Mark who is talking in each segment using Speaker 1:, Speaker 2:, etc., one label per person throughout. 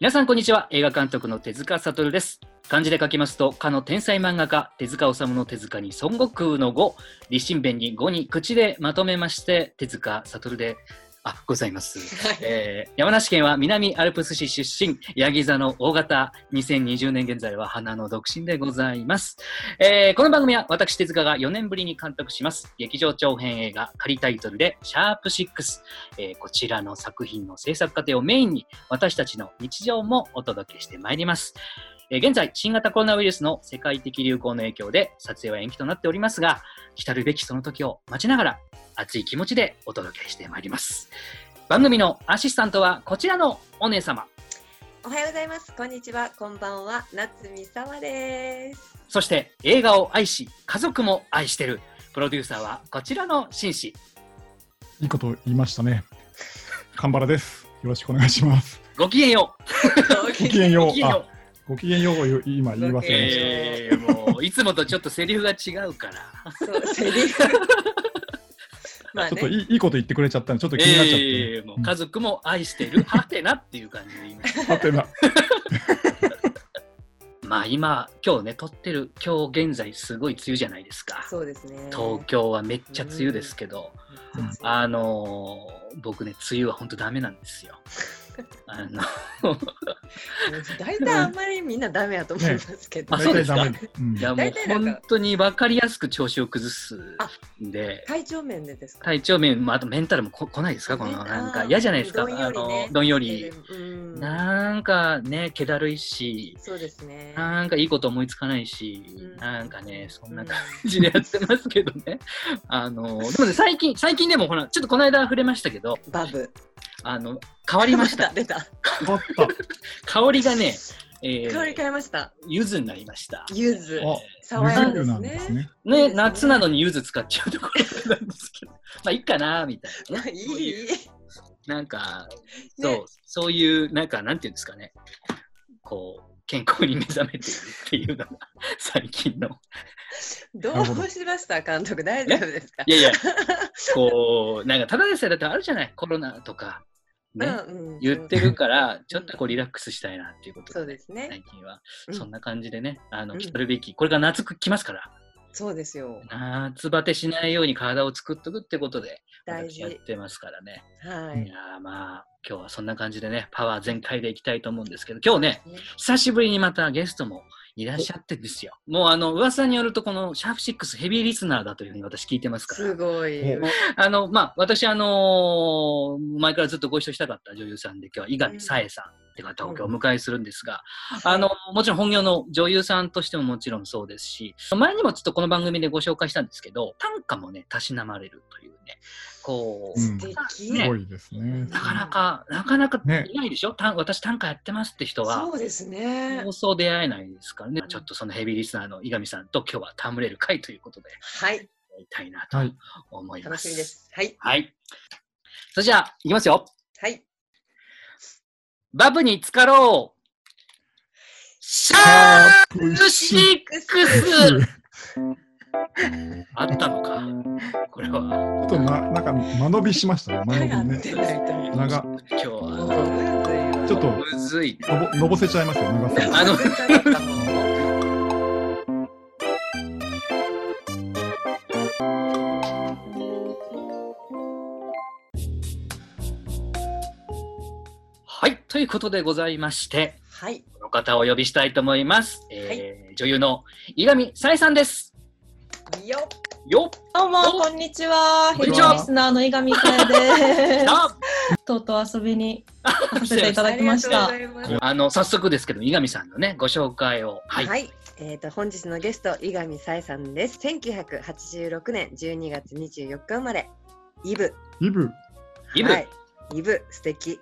Speaker 1: 皆さんこんにちは映画監督の手塚悟です漢字で書きますとかの天才漫画家手塚治虫の手塚に孫悟空の語立身弁に語に口でまとめまして手塚悟であございます、えー山梨県は南アルプス市出身ヤギ座の大型2020年現在は花の独身でございます、えーこの番組は私手塚が4年ぶりに監督します劇場長編映画仮タイトルで「シャープ #6」えーこちらの作品の制作過程をメインに私たちの日常もお届けしてまいりますえー現在、新型コロナウイルスの世界的流行の影響で撮影は延期となっておりますが、来るべきその時を待ちながら熱い気持ちでお届けしてまいります。番組のアシスタントはこちらのお姉様。
Speaker 2: おはようございます。こんにちは。こんばんは。夏美沙和 です。
Speaker 1: そして映画を愛し、家族も愛してる。プロデューサーはこちらの紳士。
Speaker 3: いいこと言いましたね。カンバラです。よろしくお願いします。
Speaker 1: ごきげんよ
Speaker 3: ごきげん
Speaker 1: う。ご
Speaker 3: よ
Speaker 1: き
Speaker 3: う。
Speaker 1: げんよ
Speaker 3: あ、ごきげんようを言う今言い忘
Speaker 1: う。
Speaker 3: れました。
Speaker 1: えー、もういつもとちょっとセリフが違うから。
Speaker 2: そう、セリフ。まあ
Speaker 3: ちょっと
Speaker 2: ね、
Speaker 3: いいいいこと言ってくれちゃったんで、ちょっと気になっちゃっ
Speaker 1: えーもう家族も愛してる。はてなっていう感じで言いま した。
Speaker 3: て。あってな。
Speaker 1: まあ今、今日ね、撮ってる、今日現在すごい梅雨じゃないですか。
Speaker 2: そうですね。
Speaker 1: 東京はめっちゃ梅雨ですけど、あのー僕ね、梅雨は本当ダメなんです よ。あの、
Speaker 2: 大体あんまりみんなダメやと思いますけど。
Speaker 1: あそうですか
Speaker 3: 大体ダメうん
Speaker 1: いやもう
Speaker 2: 大体なんか
Speaker 1: 本当に分かりやすく調子を崩すんで、
Speaker 2: 体調面でですか。
Speaker 1: 体調面、まあ、あとメンタルもこ来ないですか、この
Speaker 2: あー
Speaker 1: なんか嫌じゃないですか、
Speaker 2: どんよりね
Speaker 1: あのどんより。
Speaker 2: うん。
Speaker 1: なんかね、気だるいし、
Speaker 2: そうですね。
Speaker 1: なんかいいこと思いつかないし、
Speaker 2: うん
Speaker 1: なんかね、そんな感
Speaker 2: う
Speaker 1: じでやってますけどね。 あのでもね、最近、最近でもほら、ちょっとこの間触れましたけど、
Speaker 2: んバブ。
Speaker 1: あの変わりまし た。
Speaker 2: 出た。
Speaker 3: あった。
Speaker 1: 香りがね、えー
Speaker 2: 香り変えました。
Speaker 1: 柚子になりました。
Speaker 2: 柚子。
Speaker 3: あ
Speaker 2: 爽やか
Speaker 3: ゆ
Speaker 2: で
Speaker 3: ず
Speaker 2: す
Speaker 3: なんです
Speaker 2: ね。
Speaker 3: ね。
Speaker 2: い
Speaker 1: ね、
Speaker 2: いですね
Speaker 1: 夏なのに柚子使っちゃうところなんですけど、 まあいいかなみたいな、ね。
Speaker 2: い い。いい
Speaker 1: なんか、そう、
Speaker 2: ね
Speaker 1: そういう、なんか、なんていうんですかね、こう、健康に目覚めているっていうのが、 最近の。
Speaker 2: ど
Speaker 3: なるほど
Speaker 2: うしました監督大丈夫ですか
Speaker 1: い。やいや、こう、なんか、ただでさえだってあるじゃない、コロナとか、ね、
Speaker 2: うんうん
Speaker 1: 言ってるから、ちょっとこう、リラックスしたいなっていうこと
Speaker 2: そう
Speaker 1: で、
Speaker 2: ですね
Speaker 1: 最。近は、
Speaker 2: うん
Speaker 1: そんな感じでね、あの、
Speaker 2: うん
Speaker 1: 来るべき、これから夏来ますから、
Speaker 2: そうですよ。
Speaker 1: 夏バテしないように体を作っとくってことで、
Speaker 2: 大
Speaker 1: 私
Speaker 2: 事。
Speaker 1: やっ
Speaker 2: は
Speaker 1: てますからね。い
Speaker 2: い。
Speaker 1: やーまあ今日はそんな感じでねパワー全開でいきたいと思うんですけど今日ね
Speaker 2: ね
Speaker 1: 久しぶりにまたゲストもいらっしゃってんですよもうあの噂によるとこのシャープ6ヘビーリスナーだというふうに私聞いてますか
Speaker 2: す
Speaker 1: ら
Speaker 2: ごい。
Speaker 3: お
Speaker 1: あのまあ私あのー前からずっとご一緒したかった女優さんで今日は井上紗恵さんって方を今日お迎えするんですが、あのもちろん本業の女優さんとしてももちろんそうですし前にもちょっとこの番組でご紹介したんですけど短歌もねたしなまれるというねこう、
Speaker 3: うん
Speaker 2: 素敵。
Speaker 1: ね
Speaker 3: すごいですね。
Speaker 1: なかなか、なかなか
Speaker 3: ね
Speaker 1: いないでしょ、た私短歌やってますって人は
Speaker 2: そ。うですね
Speaker 1: そう。そう出会えないですからね、ちょっとそのヘビーリスナーの井上さんと今日は戯れる会ということで、
Speaker 2: はい。
Speaker 1: やりたいなと
Speaker 3: はい。
Speaker 1: 思いま
Speaker 2: 楽
Speaker 1: す。
Speaker 2: しみで。す。はい。
Speaker 1: はい。それじゃあ、いきますよ。
Speaker 2: はい。
Speaker 1: バブに浸かろうシャ
Speaker 3: あー
Speaker 1: ープシックスあったのか、これは。
Speaker 3: ちょっとな、なんか間延びしましたね。間
Speaker 2: 手が
Speaker 3: 延び
Speaker 2: 合っ
Speaker 3: ね。
Speaker 2: てないと思う。
Speaker 3: 長、の
Speaker 1: 今日は、
Speaker 3: ちょっと
Speaker 1: むずい。
Speaker 3: ぼ、のぼせちゃいますよ。長さ。
Speaker 1: あの
Speaker 2: の。
Speaker 1: はい、ということでございまして、
Speaker 2: はい。
Speaker 1: この方をお呼びしたいと思います。えー女優の井上紗恵さんです。
Speaker 2: よ
Speaker 1: よっ
Speaker 4: どうも、こんにちは。
Speaker 1: こんに
Speaker 4: ヘビ
Speaker 1: ちは
Speaker 4: ーリスナーの井上さえで
Speaker 1: し ゃ
Speaker 4: す。とうとう遊びに来させていた
Speaker 2: っ。
Speaker 4: だきました。
Speaker 2: あ
Speaker 4: は
Speaker 2: りがとうございま
Speaker 1: ー
Speaker 2: す
Speaker 1: あの早速ですけど、井上さんのね、ご紹介を。はい。
Speaker 2: はい。えっと本日のゲスト井上さえさんです。1986年12月24日生まれ。イブ。
Speaker 3: イブ。
Speaker 1: イブ、
Speaker 2: はい、イブ素敵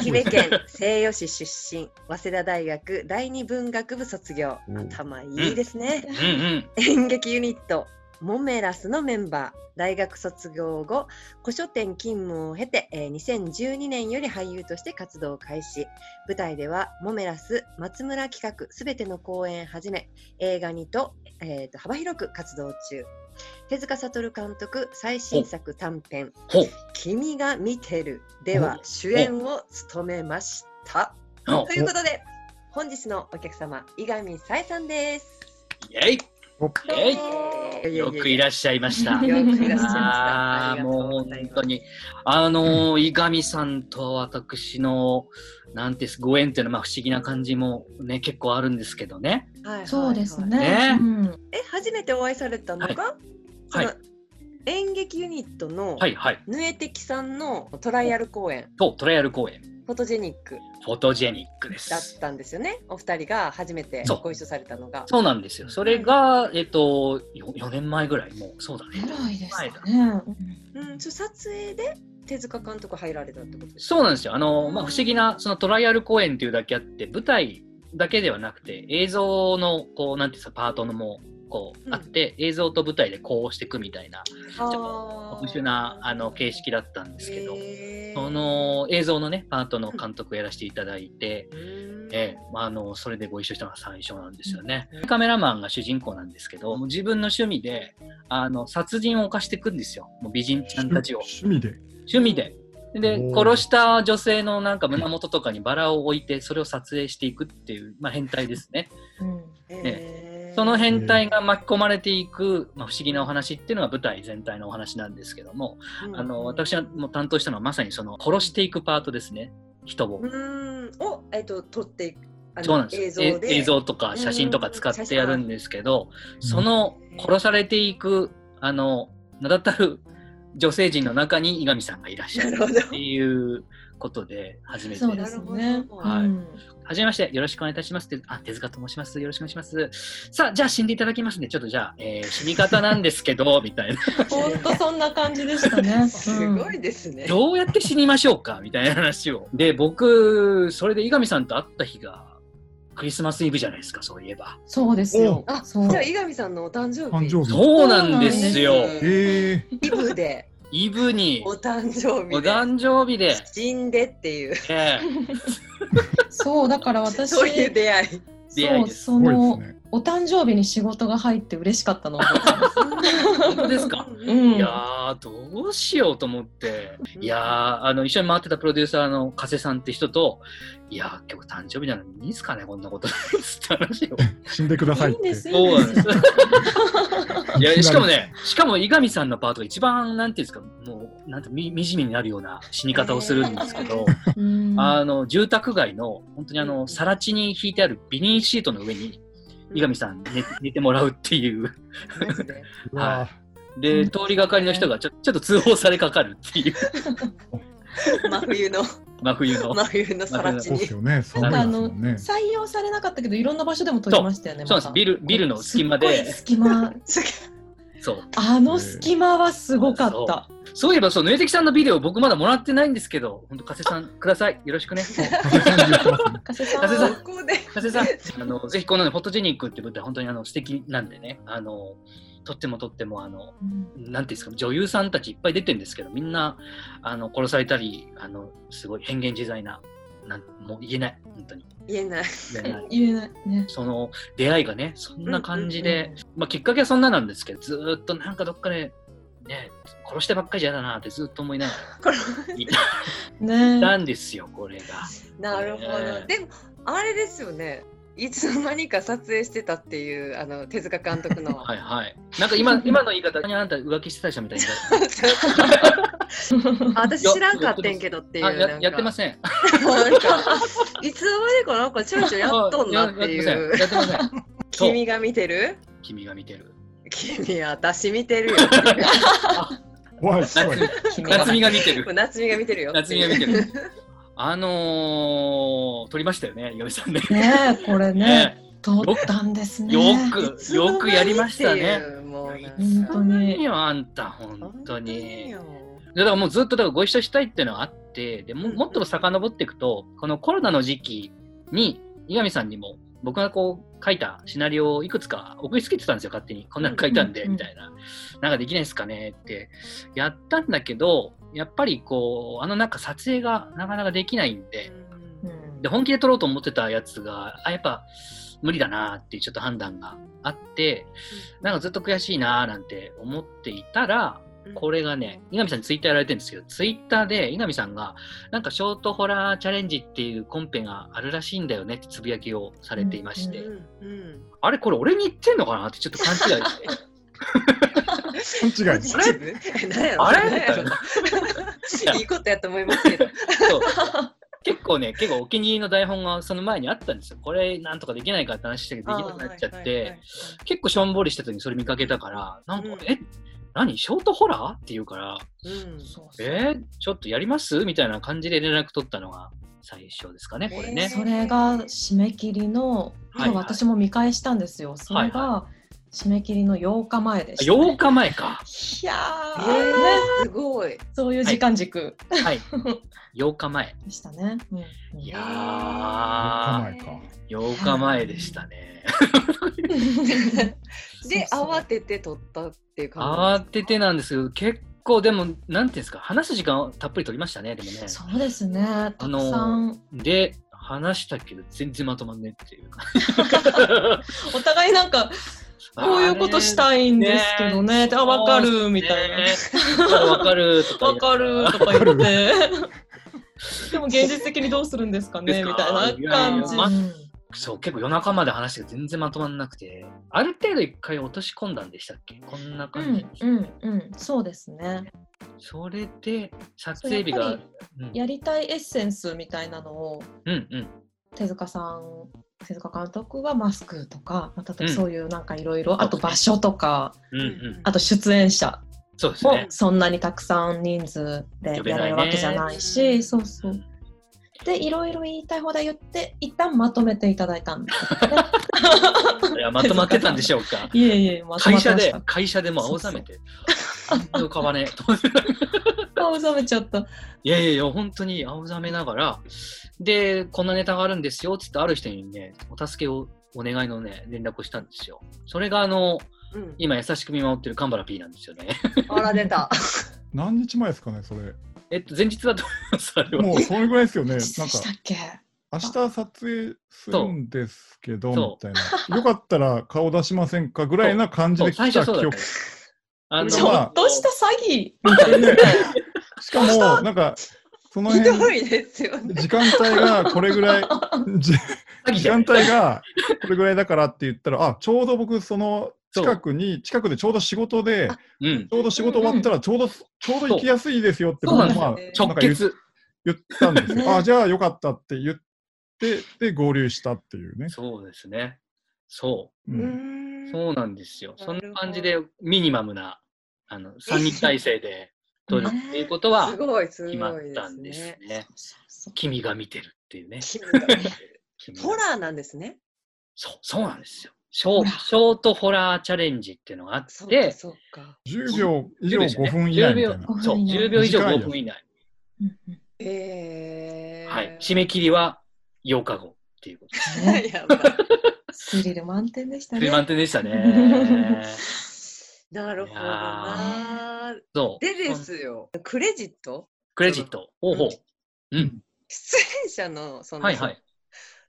Speaker 2: 愛媛県西予市出身早稲田大学第二文学部卒業
Speaker 3: おう
Speaker 2: 頭いいですね、
Speaker 1: うんうん。
Speaker 2: 演劇ユニットモメラスのメンバー大学卒業後古書店勤務を経て、えー2012年より俳優として活動を開始舞台ではモメラス松村企画すべての公演はじめ映画にと,、えーと幅広く活動中手塚悟監督最新作短編
Speaker 1: ほう。
Speaker 2: 君が見てるでは主演を務めました。
Speaker 1: お
Speaker 2: ということで、本日のお客様、伊上さえさんです。
Speaker 1: イェイ
Speaker 3: お
Speaker 1: イ
Speaker 2: ェイ
Speaker 1: よくいらっしゃいました。
Speaker 4: い
Speaker 2: よくいらっしゃいました。
Speaker 1: あ
Speaker 2: あり
Speaker 1: ー
Speaker 2: がと
Speaker 1: もう
Speaker 2: ござ
Speaker 1: 本
Speaker 2: います
Speaker 1: 当。に、あのー、伊上さんと私の、なんていうんですご縁っていうのはまあ不思議な感じもね、結構あるんですけどね。
Speaker 2: はいはい
Speaker 4: そうですね。
Speaker 1: ね
Speaker 4: うん
Speaker 2: え、初めてお会いされたのが、そ
Speaker 1: はい
Speaker 2: の演劇ユニットの、
Speaker 1: はいはい。
Speaker 2: ヌエテキさんのトライアル公演、
Speaker 1: と、トライアル公演、
Speaker 2: フォトジェニック
Speaker 1: フォトジェニックで
Speaker 2: だっ
Speaker 1: す。
Speaker 2: たんですよね。お二人が初めて
Speaker 1: そう
Speaker 2: ご一緒されたのが。
Speaker 1: そうなんですよ。それが、えっと、よ4年前ぐらい、もう、そうだ
Speaker 4: え
Speaker 1: ね。
Speaker 4: らいですかね。
Speaker 2: うん、それ撮影で手塚監督入られたってことですか
Speaker 1: そうなんですよ。あの、まあ、不思議な、そのトライアル公演っていうだけあって、舞台だけではなくて、映像の、こう、なんていうんですか、パートのも、こう、あって、映像と舞台でこうしていくみたいな、
Speaker 2: あー
Speaker 1: ちょっと特殊な、あの、形式だったんですけど、
Speaker 2: へー
Speaker 1: その映像のね、パートの監督をやらせていただいて、
Speaker 2: うん
Speaker 1: ええまあ、あのそれでご一緒したのが最初なんですよね。カメラマンが主人公なんですけど、もう自分の趣味であの殺人を犯していくんですよ、もう美人ちゃんたちを。
Speaker 3: 趣味で。
Speaker 1: 趣味で。で
Speaker 3: おー
Speaker 1: 殺した女性のなんか胸元とかにバラを置いてそれを撮影していくっていう、まあ、変態ですね
Speaker 4: うん
Speaker 2: へー
Speaker 1: その変態が巻き込まれていく、まあ、不思議なお話っていうのが舞台全体のお話なんですけどもあの私がもう担当したのはまさにその殺していくパートですね人を
Speaker 2: う。んを、えっと、撮っていくあの
Speaker 1: そうなんですよ
Speaker 2: 映像で
Speaker 1: え映像とか写真とか使ってやるんですけど、
Speaker 3: 写真
Speaker 1: その殺されていくあの名だたる女性陣の中に伊上さんがいらっしゃる
Speaker 2: な るほど
Speaker 1: っていうことで初めて
Speaker 4: そうです
Speaker 2: な
Speaker 4: ね
Speaker 2: る。ほど
Speaker 1: はい
Speaker 4: うん
Speaker 1: はじめましてよろしくお願いいたしますってあ手塚と申しますよろしくお願いしますさあじゃあ死んでいただきますねちょっとじゃあ、えー死に方なんですけど みたいな
Speaker 4: ほんとそんな感じでした ね。
Speaker 2: すごい
Speaker 4: うん。
Speaker 2: ですね。
Speaker 1: どうやって死にましょうかみたいな話をで僕それで伊上さんと会った日がクリスマスイブじゃないですかそういえば。
Speaker 4: そうですよ。
Speaker 2: あ、
Speaker 4: そう
Speaker 2: じゃあ、井上さんのお誕生
Speaker 3: 誕
Speaker 2: 日。
Speaker 3: 生日。
Speaker 1: そうなんですよ。
Speaker 3: ええ
Speaker 2: イブで、
Speaker 1: イブに
Speaker 2: お、誕生
Speaker 1: お
Speaker 2: 日で、
Speaker 1: 誕生日で、
Speaker 2: 死んでっていう、
Speaker 1: え
Speaker 4: そうだから私。
Speaker 2: そういう出会い。
Speaker 1: 出会い
Speaker 4: そう
Speaker 1: です
Speaker 4: そ
Speaker 3: すごい
Speaker 4: の
Speaker 3: ですね。
Speaker 4: お誕生日に仕事が入って嬉しかったのを覚えてます。
Speaker 1: 本当ですか
Speaker 2: う
Speaker 4: うんん
Speaker 1: えいやー、どうしようと思って、いやー、あの、一緒に回ってたプロデューサーの加瀬さんって人と、いやー、今日誕生日なのにいいですかね、こんなこと。 つって話を。
Speaker 3: 死んでくださいっ
Speaker 4: いいんで
Speaker 3: て。
Speaker 4: す、いいんです。
Speaker 1: いや、しかもね、しかも伊上さんのパートが一番、なんていうんですか、もう、なんて、み、惨めになるような死に方をするんですけど、
Speaker 4: うん
Speaker 1: あの、住宅街の、本当にあの、更地に引いてあるビニールシートの上に、伊上さん寝寝てもらうっていう。
Speaker 2: マジで
Speaker 3: うわ
Speaker 1: で、
Speaker 4: うん
Speaker 1: 通りがかりの人がちょちょっと通報されかかるっていう
Speaker 2: 真 冬の、
Speaker 1: 真冬の。
Speaker 2: 真冬のさら
Speaker 3: ー
Speaker 2: 地
Speaker 3: そうっ
Speaker 2: に
Speaker 3: す。よね。寒いですもんね。
Speaker 4: 採用されなかったけど、いろんな場所でも撮りましたよね。
Speaker 1: そうなんですビルビルの隙間
Speaker 4: です
Speaker 1: で
Speaker 4: っごい隙間。
Speaker 1: そう
Speaker 4: あの隙間はすごかった。
Speaker 1: そういえばそう、ぬえてきさんのビデオ僕まだもらってないんですけど、本当加瀬さんください。よろしくね。
Speaker 3: 加瀬さんに言ってますね。
Speaker 4: 加瀬さん
Speaker 1: 加瀬さ
Speaker 2: そこで、
Speaker 1: 加瀬さん、あのぜひこのねフォトジェニックって舞台本当にあの素敵なんでね、あのとってもとってもあの
Speaker 4: うん
Speaker 1: なんていうんですか女優さんたちいっぱい出てるんですけど、みんなあの殺されたりあのすごい変幻自在な。なんもう言えない本当に
Speaker 2: 言えない。
Speaker 1: 言えない
Speaker 4: 言えないね。
Speaker 1: その出会いがねそんな感じで、まあ、きっかけはそんななんですけどずーっとなんかどっかで、ね、殺してばっかりじゃ嫌だなってずっと思いなが
Speaker 2: これ
Speaker 1: らいたい
Speaker 4: ね
Speaker 1: たんですよこれが。
Speaker 2: なるほ
Speaker 1: ね
Speaker 2: ど。でも、あれですよね。いつの間にか撮影してたっていう、あの手塚監督の。
Speaker 1: はいはい、なんか 今今の言い方にあんた浮気してた人みたいに言い方
Speaker 2: あ 私知らんかってんけどっていう
Speaker 1: あ
Speaker 2: な
Speaker 1: や
Speaker 2: ん
Speaker 1: やってま
Speaker 2: か
Speaker 1: せん。
Speaker 2: なんかいつの間にかなんかちょいちょいやっとんなって
Speaker 1: あや
Speaker 2: い
Speaker 1: や
Speaker 2: う
Speaker 1: ってません。やってません。そう
Speaker 2: 君が見てる
Speaker 1: 君が見てる。
Speaker 2: 君私見て るよ
Speaker 3: 怖い、
Speaker 1: 夏
Speaker 3: 怖い。
Speaker 4: 君が
Speaker 1: 夏美が見てる。
Speaker 2: 夏美が見てるよ
Speaker 1: 夏美が見てる。あのー、撮りましたよね、岩井さんね。
Speaker 4: ねこれね撮ったんですね。
Speaker 1: よく、よくやりましたね。
Speaker 2: もうなんか
Speaker 4: 本当に
Speaker 1: いいよあんた本当に。
Speaker 2: よ
Speaker 1: でだからもうずっとだからご一緒したいっていうのがあってでも
Speaker 2: うん
Speaker 1: もっと遡っていくとこのコロナの時期に井上さんにも僕がこう書いたシナリオをいくつか送りつけてたんですよ勝手にこんなの書いたんで
Speaker 4: うん
Speaker 1: みたいな、なんかできないですかねってやったんだけどやっぱりこうあのなんか撮影がなかなかできないんで
Speaker 4: うん
Speaker 1: で本気で撮ろうと思ってたやつがあやっぱ無理だなっていうちょっと判断があってなんかずっと悔しいなーなんて思っていたら、これがね、稲見さんにツイッターやられてるんですけど、ツイッターで稲見さんが、なんかショートホラーチャレンジっていうコンペがあるらしいんだよねってつぶやきをされていまして、
Speaker 4: うん
Speaker 2: うんうん
Speaker 1: あれ、これ俺に言ってんのかなってちょっと勘違いして、
Speaker 3: 勘違
Speaker 2: ポ
Speaker 3: い。
Speaker 2: ジティブ何やろ
Speaker 1: あれみ
Speaker 2: 何や
Speaker 1: た
Speaker 2: ろ
Speaker 1: いな。
Speaker 2: いいことやと思いますけど。
Speaker 1: そう結構ね、結構お気に入りの台本がその前にあったんですよ。これなんとかできないかって話してできなくなっちゃって、結構しょんぼりした時にそれ見かけたから、なんか、
Speaker 2: うん
Speaker 1: え何ショートホラーって言うから、
Speaker 2: うん
Speaker 4: そうそう
Speaker 1: えー、ちょっとやりますみたいな感じで連絡取ったのが最初ですかね、これね。
Speaker 4: それが締め切りの、
Speaker 1: はい
Speaker 4: 今私も見返したんですよ。それが締め切りの8日前でした、ね。
Speaker 1: 8日前か。
Speaker 4: いや
Speaker 2: えー
Speaker 4: ー、ね、
Speaker 2: すごい。
Speaker 4: そういう時間軸
Speaker 1: はい。8日前。
Speaker 4: でしたね。うん
Speaker 1: い
Speaker 2: い
Speaker 1: や
Speaker 3: 構
Speaker 1: ー、
Speaker 3: えか。
Speaker 1: 8日前でしたね。
Speaker 2: で
Speaker 4: そうそう
Speaker 2: 慌てて取ったっていう感
Speaker 1: 慌ててなんですけど、結構でも、なんていうんですか、話す時間をたっぷり取りましたね、でもね。
Speaker 4: そうですね。たくさん、
Speaker 1: で、話したけど、全然まとまんねえっていう。
Speaker 4: お互いなんか こういうことしたいんですけどね。あ、わかるみたいな。
Speaker 1: な。わかるとか。
Speaker 4: わかるとか言って。 でも現実的にどうするんですか
Speaker 1: で
Speaker 4: ね
Speaker 1: すか
Speaker 4: みたいな感じ。
Speaker 1: いやいやそう、結構夜中まで話して全然まとまんなくて、ある程度一回落とし込んだんでしたっけこんな
Speaker 4: う
Speaker 1: 感じ
Speaker 4: ん。うんうんそうですね。
Speaker 1: それで、撮
Speaker 4: そうや
Speaker 1: 影
Speaker 4: っ
Speaker 1: 日
Speaker 4: ぱ
Speaker 1: が
Speaker 4: り。やりたいエッセンスみたいなのを
Speaker 1: うんうん。
Speaker 4: 手塚さん手塚監督はマスクとか、まあ、例えば
Speaker 1: うん
Speaker 4: そういうなんかいろいろあと場所とか
Speaker 1: うん
Speaker 2: じ。
Speaker 1: うん。
Speaker 4: あと出演者
Speaker 1: そうです
Speaker 4: も
Speaker 1: ね。
Speaker 4: そんなにたくさん人数で
Speaker 1: 呼べ
Speaker 4: や
Speaker 1: ないね
Speaker 4: れるわけじゃないしそうそうでいろいろ言いたい放題言って一旦まとめていただいたんですよね
Speaker 1: いや、まとまってたんでしょうか。
Speaker 4: いえいえ まとま
Speaker 1: 会
Speaker 4: って
Speaker 1: 社
Speaker 4: まし
Speaker 1: で
Speaker 4: た、
Speaker 1: 会社でもう青ざめて。本当買わねえと。
Speaker 4: 顔覚めちゃった
Speaker 1: いやいやいや、本当に青ざめながら、で、こんなネタがあるんですよ、つってある人にね、お助けをお願いのね、連絡をしたんですよ。それがあの、
Speaker 2: うん
Speaker 1: 今優しく見守ってるカンバラ P なんですよね。
Speaker 2: あら出た。
Speaker 3: 何日前ですかね、それ。
Speaker 1: えっと、前日だと思います、あれは。
Speaker 3: もうそれぐらいですよね。
Speaker 4: で
Speaker 3: なんか
Speaker 4: したっけ
Speaker 3: 明日撮影するんですけどみ
Speaker 1: そ
Speaker 3: たいな。よかったら顔出しませんかぐらいな感じ
Speaker 1: そ
Speaker 3: で
Speaker 1: う最
Speaker 3: 来
Speaker 1: 初
Speaker 3: た
Speaker 1: そうだっ
Speaker 3: 記憶
Speaker 1: た。。あの
Speaker 4: ちょっとした詐欺みたいな
Speaker 3: ねしかもなんか その
Speaker 2: ひ
Speaker 3: 辺
Speaker 2: どいですよね。
Speaker 3: 時間帯がこれぐらいじ
Speaker 1: 詐欺
Speaker 3: 時
Speaker 1: じゃ
Speaker 3: 間
Speaker 1: ん
Speaker 3: 帯がこれぐらいだからって言ったらあちょうど僕その近くに近くでちょうど仕事で
Speaker 1: うん。
Speaker 3: ちょうど仕事終わったらちょうどちょうど行きやすいですよって
Speaker 1: そう
Speaker 3: 僕
Speaker 1: なん
Speaker 3: は
Speaker 1: です
Speaker 2: よ
Speaker 1: 直
Speaker 2: ね
Speaker 3: まあなんか言っ
Speaker 1: 結。
Speaker 3: 言ったんです
Speaker 4: ね
Speaker 3: よ。あじゃあよかったって言ってで合流したっていうね。
Speaker 1: そうですね。そう
Speaker 2: うん
Speaker 1: う。
Speaker 2: ーん
Speaker 1: そうなんですよ。
Speaker 2: な
Speaker 1: そん
Speaker 2: るほど
Speaker 1: な感じで、ミニマムな、あの、3人体制で撮るっていうことは
Speaker 2: すごいす
Speaker 1: 決まっ
Speaker 2: ごいで
Speaker 1: た
Speaker 2: す
Speaker 1: んです
Speaker 2: ね。
Speaker 1: ね。
Speaker 4: そう
Speaker 1: 君が見てるっていうね。君が
Speaker 2: ホラーなんですね。
Speaker 1: そう、そうなんですよ。ショ
Speaker 4: ホ
Speaker 1: ー
Speaker 4: ラ
Speaker 1: ショートホラーチャレンジっていうのがあっ
Speaker 2: そうか
Speaker 1: て、
Speaker 2: そうか。
Speaker 3: 10秒以上
Speaker 1: 10
Speaker 3: 5分以内みたいな。
Speaker 1: 秒そう、
Speaker 4: 5分以内
Speaker 1: 10秒以上
Speaker 3: 短いよ
Speaker 1: 5分以内。
Speaker 4: うんうん
Speaker 2: ええ。
Speaker 1: はい。締め切りは8日後っていうことです。
Speaker 4: ね
Speaker 2: やばい
Speaker 4: スリル満点でしたね
Speaker 1: 満点でしたね。
Speaker 2: なるほどな。
Speaker 1: そう。
Speaker 2: でですよ。クレジット
Speaker 1: クレジット。ほうほう。うん。
Speaker 2: 出演者のその
Speaker 1: はいはい。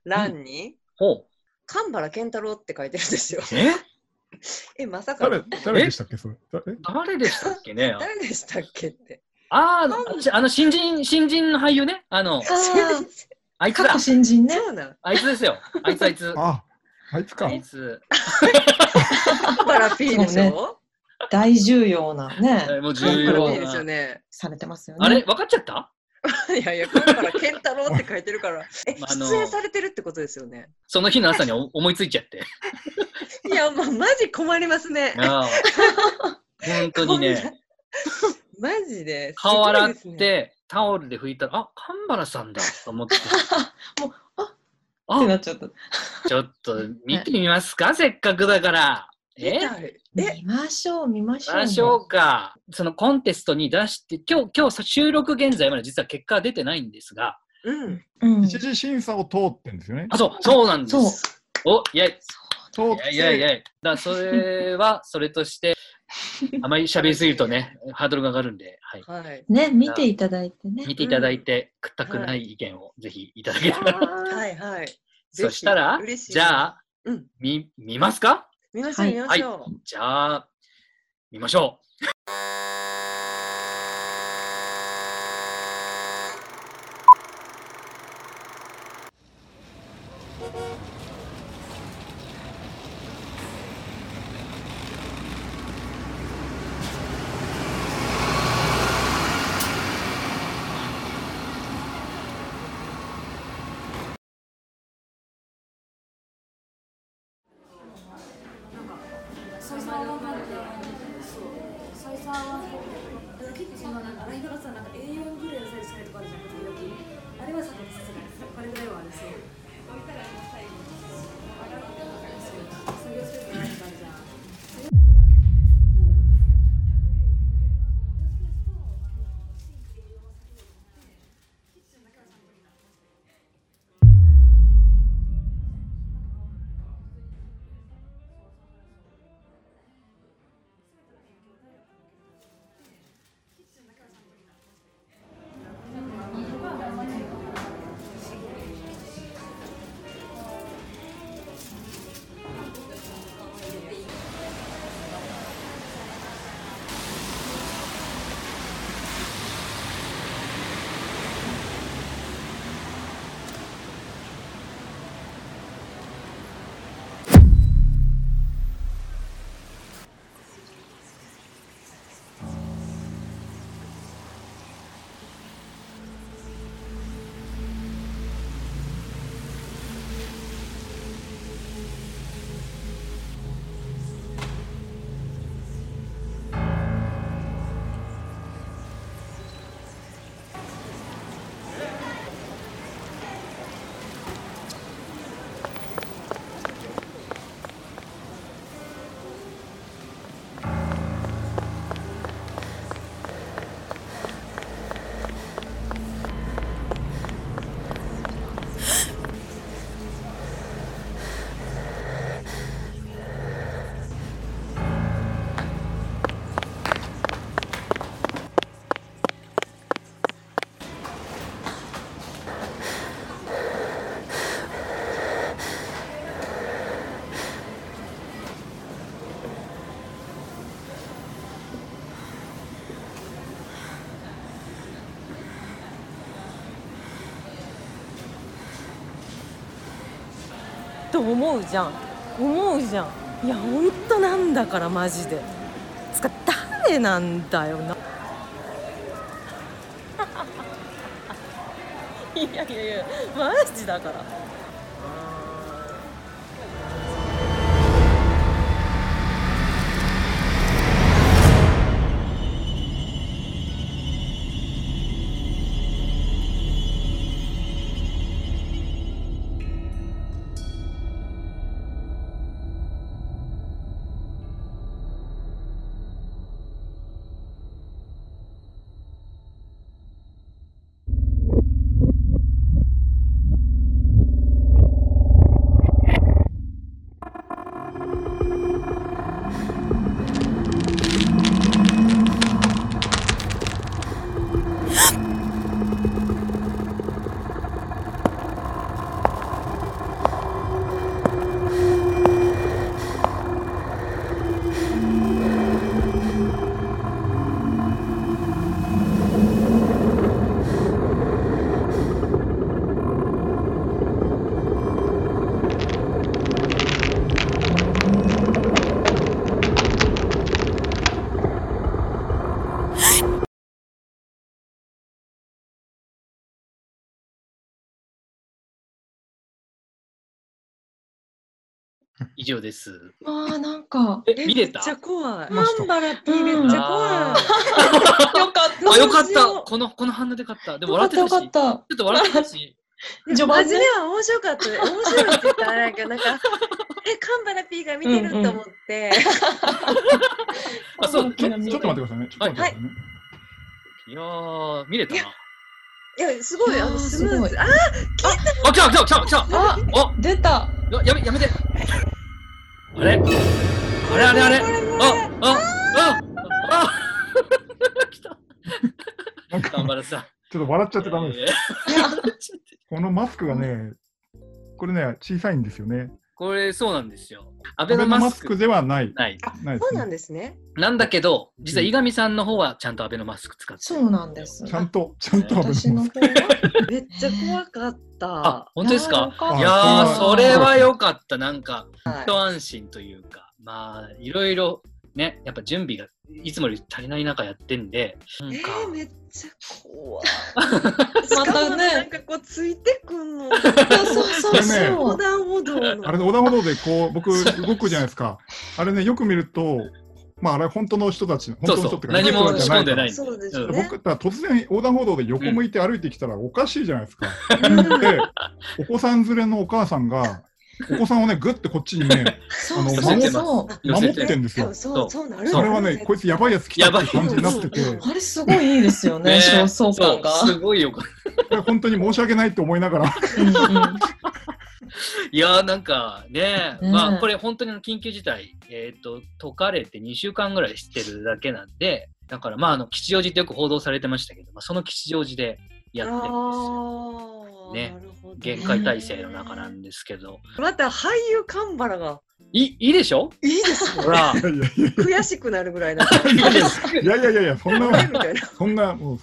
Speaker 2: 欄に
Speaker 1: ほう。
Speaker 2: 神原健太郎って書いてるんですよ。
Speaker 1: え
Speaker 2: えまさか
Speaker 3: 誰誰でしたっけそれ。だえ
Speaker 1: 誰でしたっけね
Speaker 2: 誰でしたっけって。
Speaker 1: あーあ、ちあの、新人、新人の俳優ね。あの、
Speaker 4: あー
Speaker 1: あいつ
Speaker 4: 過
Speaker 1: だ
Speaker 4: 去。新人ね
Speaker 2: そうなの。
Speaker 1: あいつですよ。あいつあい つ。
Speaker 3: ああいつか
Speaker 1: あ。いつ。
Speaker 2: 神原 P でしょ。
Speaker 4: 大重要なね
Speaker 1: もう重
Speaker 2: 神
Speaker 1: 要
Speaker 2: 原 P ですよ
Speaker 1: な。
Speaker 2: ね。
Speaker 4: されてますよね
Speaker 1: あれ分かっちゃった
Speaker 2: いやいや、神原健太郎って書いてるから、え、
Speaker 1: まああの
Speaker 2: 出演されてるってことですよね。
Speaker 1: その日の朝にお思いついちゃって。
Speaker 2: いや、まあ、マジ困りますね。
Speaker 1: あ あ。本当にね。
Speaker 2: こんな。マ ジで。
Speaker 1: 顔洗っ
Speaker 2: すごいですね。
Speaker 1: て、タオルで拭いたら、あ、神原さんだと思って。
Speaker 4: もうあ
Speaker 1: あ
Speaker 4: ってなっちゃった
Speaker 1: ちょっと見てみますか、せっかくだから。え
Speaker 2: 見たいえ、
Speaker 4: 見ましょう見ましょう
Speaker 1: ましょうか。そのコンテストに出して、今日、今日収録現在まで実は結果は出てないんですが、
Speaker 2: うん。
Speaker 4: うん
Speaker 3: 一次審査を通ってんですよね
Speaker 1: あ、。そう、そうなんで
Speaker 4: そう
Speaker 1: す。お、いやい
Speaker 3: 通っ
Speaker 1: やいやいや
Speaker 3: て
Speaker 1: いや。だからそれは、それとして、あまり喋りすぎるとね、ハードルが上がるんで、はい。
Speaker 2: はい。
Speaker 4: ね見ていただいてね
Speaker 1: 見ていただいて、くったくない意見をぜひいただけたら。
Speaker 2: はいはい。
Speaker 1: そしたら、じゃ
Speaker 2: あ、
Speaker 1: あ、
Speaker 2: うん、
Speaker 1: 見、見ますか
Speaker 2: 見ましょう、
Speaker 4: はい
Speaker 2: 見ま
Speaker 1: はい
Speaker 2: しょう。。
Speaker 1: じゃあ、見ましょう。
Speaker 5: さんは結構そんななんか洗い物さなんか A4 ぐらいのサイズしないとかあるじゃん時々あれはささすがにこれぐらいはあるそう作業するとなんかあるじゃん
Speaker 6: と思うじゃん思うじゃんいやほんとなんだからマジでつか誰なんだよないやいやいやマジだから
Speaker 1: 以上です。
Speaker 4: まあなんか
Speaker 1: え、見れ
Speaker 2: め
Speaker 1: た
Speaker 2: っちゃ怖い。
Speaker 3: ました
Speaker 4: なんだろう、
Speaker 2: めっちゃ怖
Speaker 1: あ
Speaker 2: い。
Speaker 4: よかった。
Speaker 1: あ、よかっ
Speaker 2: どうしよ
Speaker 1: た。
Speaker 2: う
Speaker 1: この、この反応で勝った。でも
Speaker 4: よか
Speaker 1: 笑
Speaker 4: っ
Speaker 1: ったてた
Speaker 4: よ
Speaker 1: し、
Speaker 4: か
Speaker 1: ちょ
Speaker 4: った。
Speaker 1: っと笑ってたし。
Speaker 4: 序盤
Speaker 2: 初
Speaker 4: ね
Speaker 2: めは面白かったね。面白いって言ったらあれやけど、なんか、え、カンバラ P が見てると思って、
Speaker 1: あ、そう。
Speaker 3: ちょちょっと待ってくださいね。ちょっと待ってくださいね。
Speaker 1: いやー、見れたな。
Speaker 2: いや、すごい、あの、
Speaker 4: あー
Speaker 2: スムーズ。
Speaker 4: すご
Speaker 2: あー、
Speaker 1: あ、来た来た来た来た
Speaker 4: あ、
Speaker 1: あ、
Speaker 4: 出た。
Speaker 1: ややめやめて。あれあれあれあれ
Speaker 2: これこれ
Speaker 1: あ、あ、あ、あ、来た。
Speaker 3: なんか
Speaker 1: 頑張ら さん。
Speaker 3: ちょっと笑っちゃってダメです。
Speaker 1: えー
Speaker 3: このマスクがね、これね、小さいんですよね。
Speaker 1: これそうなんですよ。ア
Speaker 3: アベ
Speaker 1: ベノ
Speaker 3: ノ
Speaker 1: マ
Speaker 3: マ
Speaker 1: ス
Speaker 3: ス
Speaker 1: ク
Speaker 3: クではない。
Speaker 1: ない。
Speaker 3: ないで
Speaker 2: そう
Speaker 3: す
Speaker 2: なん
Speaker 3: ね。
Speaker 2: ですね。
Speaker 1: なんだけど、実は伊上さんの方はちゃんとアベノマスク使ってる。
Speaker 4: そうなんです。
Speaker 3: ちゃんと、ちゃんとアベノマ
Speaker 4: 私の
Speaker 3: ス
Speaker 4: 方が。
Speaker 2: めっちゃ怖かった
Speaker 1: あ。、本当ですか
Speaker 3: あ
Speaker 1: い
Speaker 3: い
Speaker 1: や
Speaker 3: や
Speaker 1: ー、
Speaker 3: ー
Speaker 1: それは良かった。なんか、
Speaker 2: はい
Speaker 1: 一安心というか、まあ、いろいろね、やっぱ準備がいつもより足りない中やってんで、なん
Speaker 2: え
Speaker 1: か、
Speaker 2: ー、めっちゃ 怖い。
Speaker 4: ま
Speaker 2: しか
Speaker 4: た
Speaker 2: も
Speaker 4: ね
Speaker 2: なんかこうついてくんの。
Speaker 4: そうそうそ
Speaker 2: 横
Speaker 4: う。
Speaker 2: 断歩道
Speaker 3: ク。あ
Speaker 2: の。
Speaker 3: れね、横断歩道でこう、僕、動くじゃないですか。あれね、よく見ると、まあ、あれは本当の人たち、本当の人って
Speaker 1: そうそう何も
Speaker 3: 本当の人じ
Speaker 1: 仕
Speaker 3: ゃ
Speaker 1: 込
Speaker 3: ない
Speaker 1: んでない
Speaker 2: そうです
Speaker 1: う
Speaker 2: よ
Speaker 1: ん
Speaker 2: ね。
Speaker 3: 僕だから突然横断歩道で横向いて歩いてきたらおかしいじゃないですか。で、お子さん連れのお母さんが、お子さんをね、ぐってこっちに ね、
Speaker 4: そう
Speaker 3: あの
Speaker 4: そう
Speaker 3: 守って
Speaker 4: そ
Speaker 3: 僕守ってんですよ
Speaker 2: 多分そう、そうなる。
Speaker 3: それはね、こいつやばいやつ来たって感じになって て、
Speaker 2: やばいや
Speaker 4: う。あれすごいいいですよね、焦燥感が。
Speaker 1: そうすごいよ。
Speaker 3: これ本当に申し訳ないと思いながら、
Speaker 4: うんうん
Speaker 1: いやーなんかね、
Speaker 4: ね
Speaker 1: まあこれ本当にあの緊急事態、えっ、と、解かれて2週間ぐらいしてるだけなんで、だからまああの、吉祥寺ってよく報道されてましたけど、まあ、その吉祥寺でやってるんですよ。
Speaker 2: ああ、
Speaker 1: ね
Speaker 2: なるほどね
Speaker 1: 限界体制の中なんですけど。
Speaker 2: また俳優神原が
Speaker 1: いいいでしょ
Speaker 2: いいですね
Speaker 1: ほら。
Speaker 3: いやいや
Speaker 2: 悔しくなるぐらいなんか
Speaker 1: いいです
Speaker 3: いやいやいやいや、そん
Speaker 2: あれ
Speaker 3: な、
Speaker 2: みたいな
Speaker 3: そんな、もう、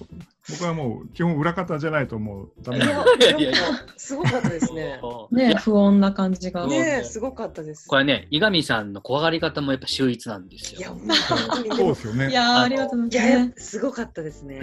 Speaker 3: 僕はもう基本裏方じゃないともうダメ
Speaker 2: い
Speaker 3: なん
Speaker 1: い
Speaker 3: で。
Speaker 1: や
Speaker 2: や
Speaker 1: いやいや
Speaker 2: なんかすごかったですね
Speaker 1: い
Speaker 4: ね
Speaker 1: や
Speaker 4: 不穏な感じが。
Speaker 1: ね
Speaker 2: ねえすごかったです
Speaker 1: これね、伊上さんの怖がり方もやっぱ秀逸なんです
Speaker 2: いや
Speaker 1: よ。
Speaker 2: 本当にで
Speaker 3: そう
Speaker 2: も
Speaker 3: ですよね。
Speaker 4: い
Speaker 3: いや
Speaker 4: やーありがとうご
Speaker 2: い
Speaker 4: ざい
Speaker 2: や
Speaker 4: ま
Speaker 2: い
Speaker 4: す
Speaker 2: や。すごかったですね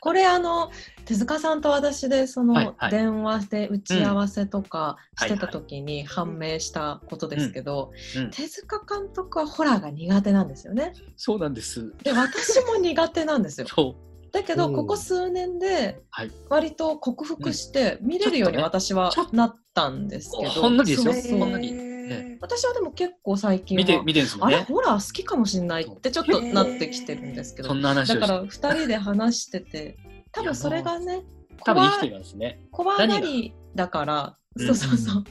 Speaker 4: これあの手塚さんと私でそ
Speaker 1: はい
Speaker 4: の
Speaker 1: はい
Speaker 4: 電話で打ち合わせとかしてた時に
Speaker 2: い
Speaker 4: 判明したことですけ
Speaker 1: うんう
Speaker 4: ど、
Speaker 1: ん
Speaker 4: 手塚監督はホラーが苦手なんですよね。
Speaker 1: そうなんです。
Speaker 4: で私も苦手な んですよ。
Speaker 1: そう。
Speaker 4: だけど
Speaker 3: おー
Speaker 4: ここ数年で
Speaker 1: はい
Speaker 4: 割と克服して見れるように
Speaker 1: ちょっ
Speaker 4: 私は
Speaker 1: ちょっと
Speaker 4: なったんですけど、
Speaker 1: ほんのりですよ
Speaker 4: そうそう
Speaker 1: ほんのり
Speaker 2: え
Speaker 4: 私はでも結構最近は
Speaker 1: 見て、見てるんですも
Speaker 4: あ
Speaker 1: ん
Speaker 4: れ
Speaker 1: ね。
Speaker 4: ホラー好きかもしれないってちょっとなってきてるんですけど
Speaker 1: そんな話をし
Speaker 4: だ
Speaker 1: て。
Speaker 4: から2人で話して て多分それがね
Speaker 1: 多分
Speaker 4: 怖
Speaker 1: 生きてるんですね。
Speaker 4: 怖がりだから
Speaker 1: 何が
Speaker 4: そうそうそう、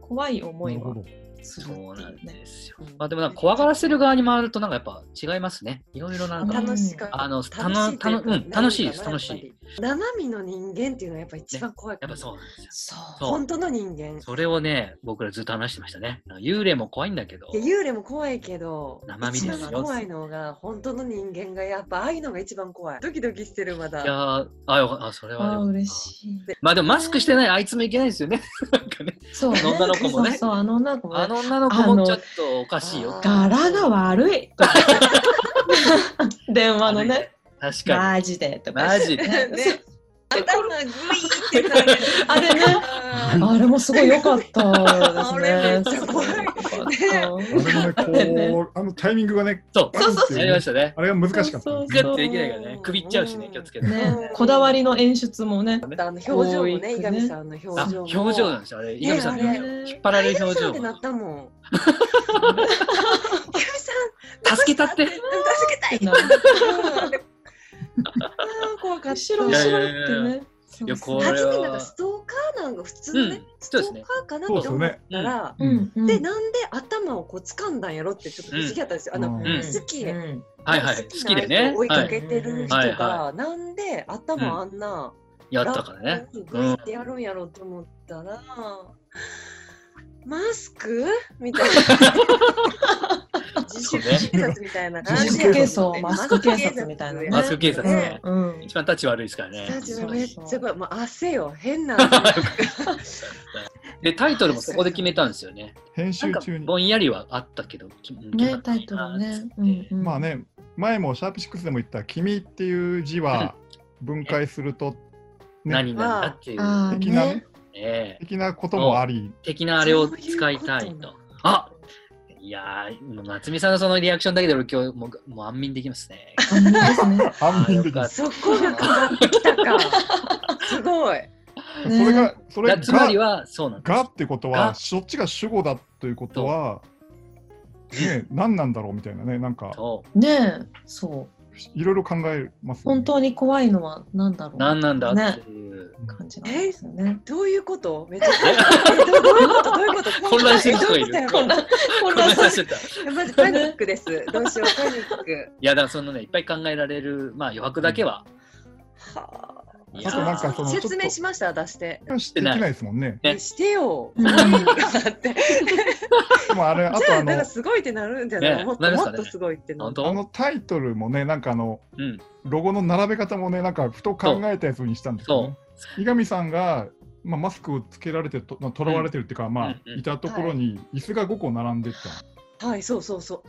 Speaker 4: 怖い思いは
Speaker 3: ど。
Speaker 4: する
Speaker 1: そうな
Speaker 4: っ
Speaker 1: ん
Speaker 4: ていうね
Speaker 1: ですよ。
Speaker 2: うん
Speaker 1: まあでもなんか怖がらせる側に回るとなんかやっぱ違いますね。いろいろなんか。
Speaker 2: 楽しかった
Speaker 1: あのたの
Speaker 2: 楽しい
Speaker 1: た
Speaker 2: というか
Speaker 1: のうん楽しいです
Speaker 2: 何かな
Speaker 1: 楽しい
Speaker 2: やっぱり生身の人間っていうのはやっぱ一番怖い
Speaker 1: やっぱそうなんですよ。
Speaker 4: そう
Speaker 1: そう
Speaker 2: 本。当の人間
Speaker 1: それをね、僕らずっと話してましたね。なんか幽霊も怖いんだけど。
Speaker 2: いや幽霊も怖いけど
Speaker 1: 生身
Speaker 2: 一
Speaker 1: です
Speaker 4: よ
Speaker 2: 番怖いのが本当の人間がやっぱああいうのが一番怖いドキドキしてるまだ
Speaker 1: いやーあよかあ、それはよ
Speaker 4: あ
Speaker 1: か
Speaker 4: ー
Speaker 1: った
Speaker 4: 嬉しい
Speaker 1: まあでもマスクしてないあいつもいけないですよね。なんかね。
Speaker 4: そう、
Speaker 1: あの女の子もね
Speaker 4: そうそうあの女の子も
Speaker 1: あ
Speaker 4: ね
Speaker 1: の女の子
Speaker 4: あ
Speaker 1: も
Speaker 4: の
Speaker 1: ちょっとおかしいよ。
Speaker 4: 柄が悪 い電話のね
Speaker 1: 確か
Speaker 4: マジでと
Speaker 1: に。
Speaker 4: か
Speaker 1: マジで。
Speaker 2: ねね頭がグイーって感じ
Speaker 4: あれね
Speaker 2: あー
Speaker 4: あれもすごい良かった
Speaker 2: あれめっ
Speaker 4: で
Speaker 2: ち
Speaker 4: す
Speaker 2: ゃ
Speaker 4: ね
Speaker 2: 怖い
Speaker 3: あれもね、
Speaker 4: ね
Speaker 3: こう、あのタイミングがね、
Speaker 1: そう。
Speaker 3: そうそうそう
Speaker 1: やりましたね。
Speaker 3: あれが難しかった
Speaker 4: そう
Speaker 3: で
Speaker 1: グ
Speaker 3: すね。
Speaker 4: そ
Speaker 1: ッてできないからね。首いっちゃうしね、気をつけて。
Speaker 4: ねこだわりの演出もね
Speaker 2: あの表情も
Speaker 4: こう
Speaker 2: ね
Speaker 4: い
Speaker 2: 伊
Speaker 4: くね
Speaker 2: 上さんの
Speaker 1: あ、
Speaker 2: 表情も
Speaker 1: 表情なんですよ。あれ、井上さんの表情。
Speaker 4: ねあれ
Speaker 1: 引っ張られる表
Speaker 2: そうっ
Speaker 1: 情
Speaker 2: てなっ
Speaker 1: が。
Speaker 2: たもん伊上さ
Speaker 1: 助けたって。
Speaker 2: ん助けたい あー怖かった
Speaker 4: 後ろ
Speaker 1: いやいや
Speaker 4: 後ろってねそうそう
Speaker 1: いやこ
Speaker 2: 初
Speaker 1: れは
Speaker 2: めなんかストーカーなんか普通ね、
Speaker 1: うん
Speaker 2: ス
Speaker 1: そ
Speaker 2: ト
Speaker 1: うです
Speaker 2: ー
Speaker 1: ね
Speaker 2: カーかなって思ったら
Speaker 3: う
Speaker 4: うんんうん
Speaker 2: でなんで頭をこう掴んだんやろってちょっと不思議だったんですよ、あの
Speaker 3: うん
Speaker 2: 好き
Speaker 4: うん
Speaker 1: はいはい。好きで
Speaker 2: な
Speaker 1: ね
Speaker 2: 人を追。い
Speaker 1: は
Speaker 2: か
Speaker 1: い。
Speaker 2: けてる人
Speaker 1: はい
Speaker 2: が、
Speaker 1: は
Speaker 2: なんで頭あんな、
Speaker 1: やったからね。
Speaker 2: どうやってやるんやろうと思ったら、マスクみたいな 自主警察みたいな感じやろ
Speaker 4: 自主警察マスク警察みたいなね
Speaker 1: マスク警察ね。
Speaker 4: うん
Speaker 1: 一番タッチ悪いですからね。
Speaker 2: スタジオめっち
Speaker 4: そ
Speaker 2: ゃ
Speaker 4: うそ
Speaker 2: 怖いもう汗よ変な汗
Speaker 1: で、タイトルもそこで決めたんですよね。
Speaker 3: 編
Speaker 1: なん
Speaker 3: 集
Speaker 1: か
Speaker 3: 中に
Speaker 1: ぼ。んやりはあったけど、き
Speaker 4: ねタイトルね。うんうん
Speaker 3: まあね、前もシャープ6でも言った、君っていう字は分解すると、
Speaker 1: 何なんだっていう、
Speaker 4: あー
Speaker 3: 的なね
Speaker 4: ね、
Speaker 1: ええ
Speaker 3: 的なこともあり、
Speaker 1: 的なあれを使いたい。
Speaker 2: そういうことと
Speaker 1: あいやー、もう夏美さんのそのリアクションだけで俺今日もうもう安眠できますね。
Speaker 4: あのですね
Speaker 3: 安眠でき
Speaker 1: あ
Speaker 3: ま
Speaker 1: よ
Speaker 3: す。
Speaker 2: そこがかかってきたかすごい
Speaker 3: それが、それ
Speaker 1: だつまり
Speaker 3: が、
Speaker 1: は、そうなんです。
Speaker 3: がってこと
Speaker 1: が
Speaker 3: は、そっちが主語だということは、ね、何なんだろうみたいなね、なんか、
Speaker 1: そ
Speaker 4: ねえそう
Speaker 3: いろいろ考えますよね、
Speaker 4: 本当に怖いのは何だろ
Speaker 1: う。
Speaker 4: う
Speaker 1: 何なんだっていう。
Speaker 4: 感じなんですよね。
Speaker 2: どういうことめっちゃえどういうことどういうこと
Speaker 1: 混乱してる人がいる
Speaker 2: どううことや
Speaker 4: こん
Speaker 2: ろ
Speaker 4: なこん
Speaker 1: 混
Speaker 4: な
Speaker 1: 乱させてた。
Speaker 2: まずパニックです。どうしよう、パニック。
Speaker 1: いやだからそのねいっぱい考えられるまあ余白だけは、
Speaker 2: は
Speaker 1: や
Speaker 3: あとなんかそのちょっと
Speaker 2: 説明しました、出して。
Speaker 3: してできないですもんね。
Speaker 1: ね
Speaker 2: してよ。
Speaker 4: うん
Speaker 2: だって。
Speaker 3: でもあれ、あ
Speaker 2: じ
Speaker 3: と
Speaker 2: ゃ
Speaker 3: あ
Speaker 2: あ、なんか
Speaker 3: の、
Speaker 2: すごいってなるんじゃない、
Speaker 1: ね
Speaker 2: もっ
Speaker 1: な
Speaker 2: と
Speaker 1: ります
Speaker 2: も
Speaker 1: か
Speaker 2: っ
Speaker 1: ね
Speaker 2: とすごいってな
Speaker 1: 本
Speaker 2: る。
Speaker 3: あの
Speaker 1: 当
Speaker 3: タイトルもね、なんかあの、
Speaker 1: うん
Speaker 3: ロゴの並べ方もね、なんかふと考えたやつにしたんですよ、ね。伊上さんが、まあ、マスクをつけられてと、まあ、とらわれてるっていうか、まあ、
Speaker 1: うんうん
Speaker 3: いたところに椅子が5個並んでった、
Speaker 2: はい、そうそうそう。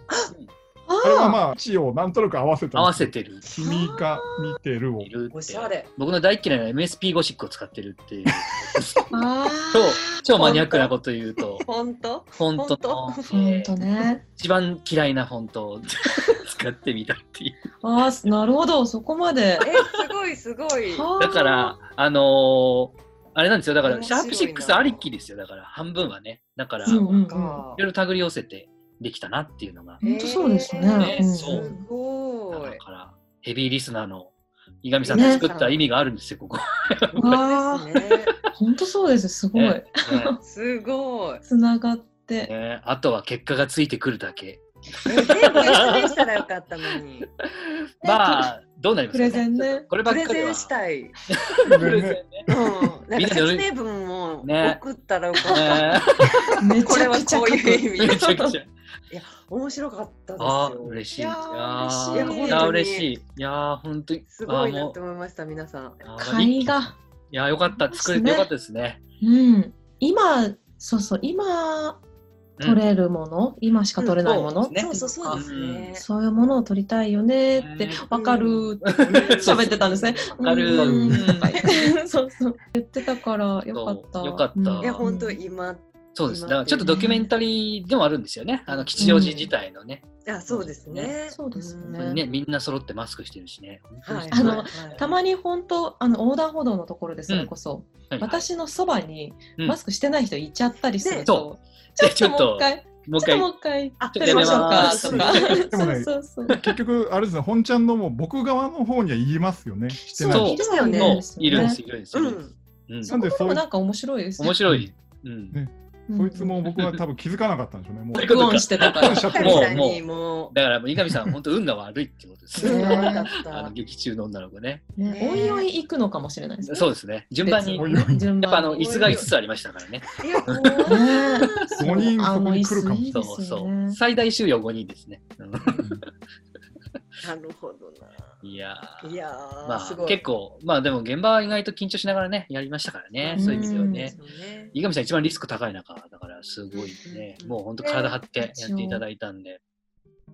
Speaker 3: あれは
Speaker 4: あ
Speaker 3: まあ、位置をなんとなく合わせた
Speaker 1: 合わせてる
Speaker 3: 君が見てるを
Speaker 1: い。る
Speaker 2: お
Speaker 1: って
Speaker 2: しゃれ。
Speaker 1: 僕の大嫌いな MSP ゴシックを使ってるっていう
Speaker 4: ーあー
Speaker 1: 超超マニアックなこと言うと
Speaker 2: 本当。
Speaker 1: フォントの
Speaker 2: フ
Speaker 4: 本当ね。
Speaker 1: 一番嫌いなフォント 使ってみたっていう。
Speaker 4: ああ、なるほど、そこま
Speaker 2: え、
Speaker 4: で。
Speaker 2: すごいすごい。
Speaker 4: はあ
Speaker 1: だから、、あのーあれなんですよ、だから、
Speaker 2: 面
Speaker 1: シ
Speaker 2: 白い
Speaker 1: ャ
Speaker 2: な
Speaker 1: ープシックスありきですよ、だから、半分はね。だから、
Speaker 4: うん
Speaker 1: い
Speaker 4: うんうん、本
Speaker 2: か
Speaker 1: ろいろ手繰り寄せてできたなっていうのが、
Speaker 4: 当そうですね。
Speaker 1: ね
Speaker 4: うん
Speaker 1: そ
Speaker 2: す
Speaker 1: う
Speaker 2: ご
Speaker 1: だ
Speaker 2: い。
Speaker 1: から、ヘビーリスナーの伊上さんが作った意味があるんですよ、こ こ。
Speaker 4: わ
Speaker 2: 本当ですね。
Speaker 4: 本当そうです、すごい。
Speaker 1: ねね
Speaker 2: すごい。
Speaker 4: つながって。
Speaker 1: ねあとは結果がついてくるだけ。
Speaker 2: え全部一年したらよかったのに。
Speaker 1: まあ、どうなりま
Speaker 4: プ
Speaker 1: すかね
Speaker 4: レゼンね。
Speaker 1: これば
Speaker 2: プ
Speaker 1: っ
Speaker 2: レ
Speaker 1: かり
Speaker 2: ゼ
Speaker 1: は
Speaker 2: ン。したい。
Speaker 1: プレゼンね
Speaker 2: うん。なん
Speaker 1: みん
Speaker 2: か
Speaker 1: なで
Speaker 2: 説明文も
Speaker 1: ね
Speaker 2: 送ったらよかった。
Speaker 1: ね
Speaker 4: め
Speaker 2: こ
Speaker 4: ち
Speaker 2: れ
Speaker 4: ゃ
Speaker 2: は
Speaker 4: くちゃ
Speaker 2: こう
Speaker 4: 書
Speaker 2: い
Speaker 4: く。
Speaker 2: う意
Speaker 1: め
Speaker 2: 味で
Speaker 1: ちゃくちゃ。
Speaker 2: 面白かったです
Speaker 1: ああ、
Speaker 2: よ。
Speaker 1: 嬉しい。
Speaker 4: いやー
Speaker 1: いやー
Speaker 2: 嬉しい
Speaker 1: いやー嬉しい。いやー、本当に。
Speaker 2: すごい
Speaker 1: あー
Speaker 2: な
Speaker 1: もう
Speaker 2: と思いました皆さん。
Speaker 1: あーい
Speaker 4: 会
Speaker 1: い
Speaker 4: が。
Speaker 1: やー、よかった。作れてよかったですね。
Speaker 4: うん。今、そうそう、今
Speaker 1: うん
Speaker 4: 取れるもの、今しか取れないもの、
Speaker 1: ね
Speaker 2: そうそうそうですね。
Speaker 4: そういうものを取りたいよねって
Speaker 1: うん
Speaker 4: 分かるーって喋ってたんですね。
Speaker 1: わかる
Speaker 4: うん
Speaker 1: うん
Speaker 4: とか言って そうそう言ってたからよかった。
Speaker 1: そうよかった
Speaker 4: うん
Speaker 2: いや本当今
Speaker 1: そうです。
Speaker 2: 今
Speaker 1: だからちょっとドキュメンタリーでもあるんですよね。あの吉祥寺自体のね。
Speaker 2: あそうですね。
Speaker 4: そうですね
Speaker 1: 本当にね、みんな揃ってマスクしてるしね。
Speaker 2: うん。はい。
Speaker 4: あのたま
Speaker 2: に
Speaker 4: に本当あの横断歩道のところでそれこそ、
Speaker 1: はい、
Speaker 4: 私のそばに
Speaker 1: うん
Speaker 4: マスクしてない人いちゃったりすると、
Speaker 1: で
Speaker 4: ちょっともう一回
Speaker 1: もう一
Speaker 4: ちょっと
Speaker 1: 回
Speaker 4: もう一回
Speaker 2: あ
Speaker 4: 取りましょうかとか
Speaker 3: でもね
Speaker 4: そうそうそう
Speaker 3: 結局、あれですね、本ちゃんのも僕側の方には言いますよね、してない
Speaker 1: そう
Speaker 3: 人。
Speaker 4: いるはい
Speaker 2: ね
Speaker 4: るん
Speaker 1: そ
Speaker 4: で
Speaker 1: ういるんです、いるんです。いるんで
Speaker 4: すよね
Speaker 2: う
Speaker 1: す
Speaker 3: な
Speaker 1: うんん
Speaker 3: で、
Speaker 4: で
Speaker 3: そうい
Speaker 4: も
Speaker 3: う
Speaker 4: なんか面白いですね
Speaker 1: 面白い。うん。
Speaker 4: うん
Speaker 3: そいつも僕は多分気づかなかったんでしょうね、もう。
Speaker 1: そういうこ
Speaker 4: 録音してたから
Speaker 3: しちゃって
Speaker 2: ん。
Speaker 3: る
Speaker 1: もう
Speaker 2: 確かにもう
Speaker 1: だから、もう伊上さん、本当運が悪いってこと です。
Speaker 2: すご
Speaker 4: ね
Speaker 2: かっ
Speaker 1: あの
Speaker 2: た。
Speaker 1: 劇中の女の子ね。
Speaker 4: ねおいおい行くのかもしれないですね
Speaker 1: そうですね。順番に。
Speaker 3: 別
Speaker 1: や
Speaker 3: に
Speaker 1: っ
Speaker 4: ね順
Speaker 1: ぱあ
Speaker 4: 番
Speaker 1: の
Speaker 4: に
Speaker 1: 椅子が5つあ りましたからね。
Speaker 2: いや怖
Speaker 4: ね
Speaker 2: い。
Speaker 3: 五人
Speaker 4: あ
Speaker 3: そこ
Speaker 4: の
Speaker 3: に
Speaker 4: 椅
Speaker 3: 来るかも
Speaker 4: 子いい
Speaker 1: そ
Speaker 4: で
Speaker 1: う
Speaker 4: す
Speaker 1: そ
Speaker 4: よ
Speaker 1: う。
Speaker 4: ね
Speaker 1: 最大収容5人ですね。う
Speaker 2: なるほどな。
Speaker 1: んいやー
Speaker 2: いや
Speaker 1: ま
Speaker 2: ーす
Speaker 1: あ
Speaker 2: ごい。
Speaker 1: 結構、まあでも現場は意外と緊張しながらね、やりましたからね、そういう意味ではね。
Speaker 2: そうですよね。
Speaker 1: 伊上さん一番リスク高い中、だからすごいね
Speaker 2: う、ん
Speaker 1: もう本当体張ってやっていただいたんで。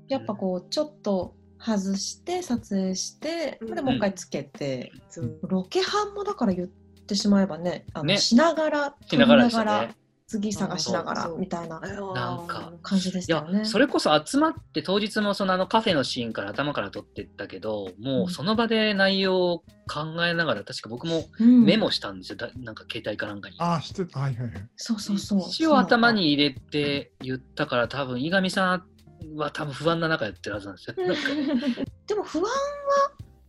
Speaker 4: やっぱこうちょっと外して撮影して、
Speaker 2: うん
Speaker 4: でもう一回つけて、
Speaker 2: そう
Speaker 4: ロケハンもだから言ってしまえばねあの
Speaker 1: ね
Speaker 4: しながら
Speaker 1: しながらで
Speaker 4: 撮
Speaker 1: した
Speaker 4: りな
Speaker 1: ね。
Speaker 4: 次探しながら
Speaker 2: そうそう
Speaker 4: みたいな
Speaker 2: あのー
Speaker 1: なんか
Speaker 4: 感じでし
Speaker 1: い
Speaker 4: た
Speaker 1: や
Speaker 4: よね。
Speaker 1: それこそ集まって当日もそのあのカフェのシーンから頭から撮ってったけどもうその場で内容を考えながら確か僕も
Speaker 4: うん
Speaker 1: メモしたんですよ、だなんか携帯かなんかに。
Speaker 3: ああ、してた。はいはいはい。
Speaker 4: そうそうそう
Speaker 1: 一応頭に入れて言ったから多分伊上さんは多分不安な中やってるはずなんですよ。
Speaker 4: うん
Speaker 1: なんか
Speaker 4: でも不安は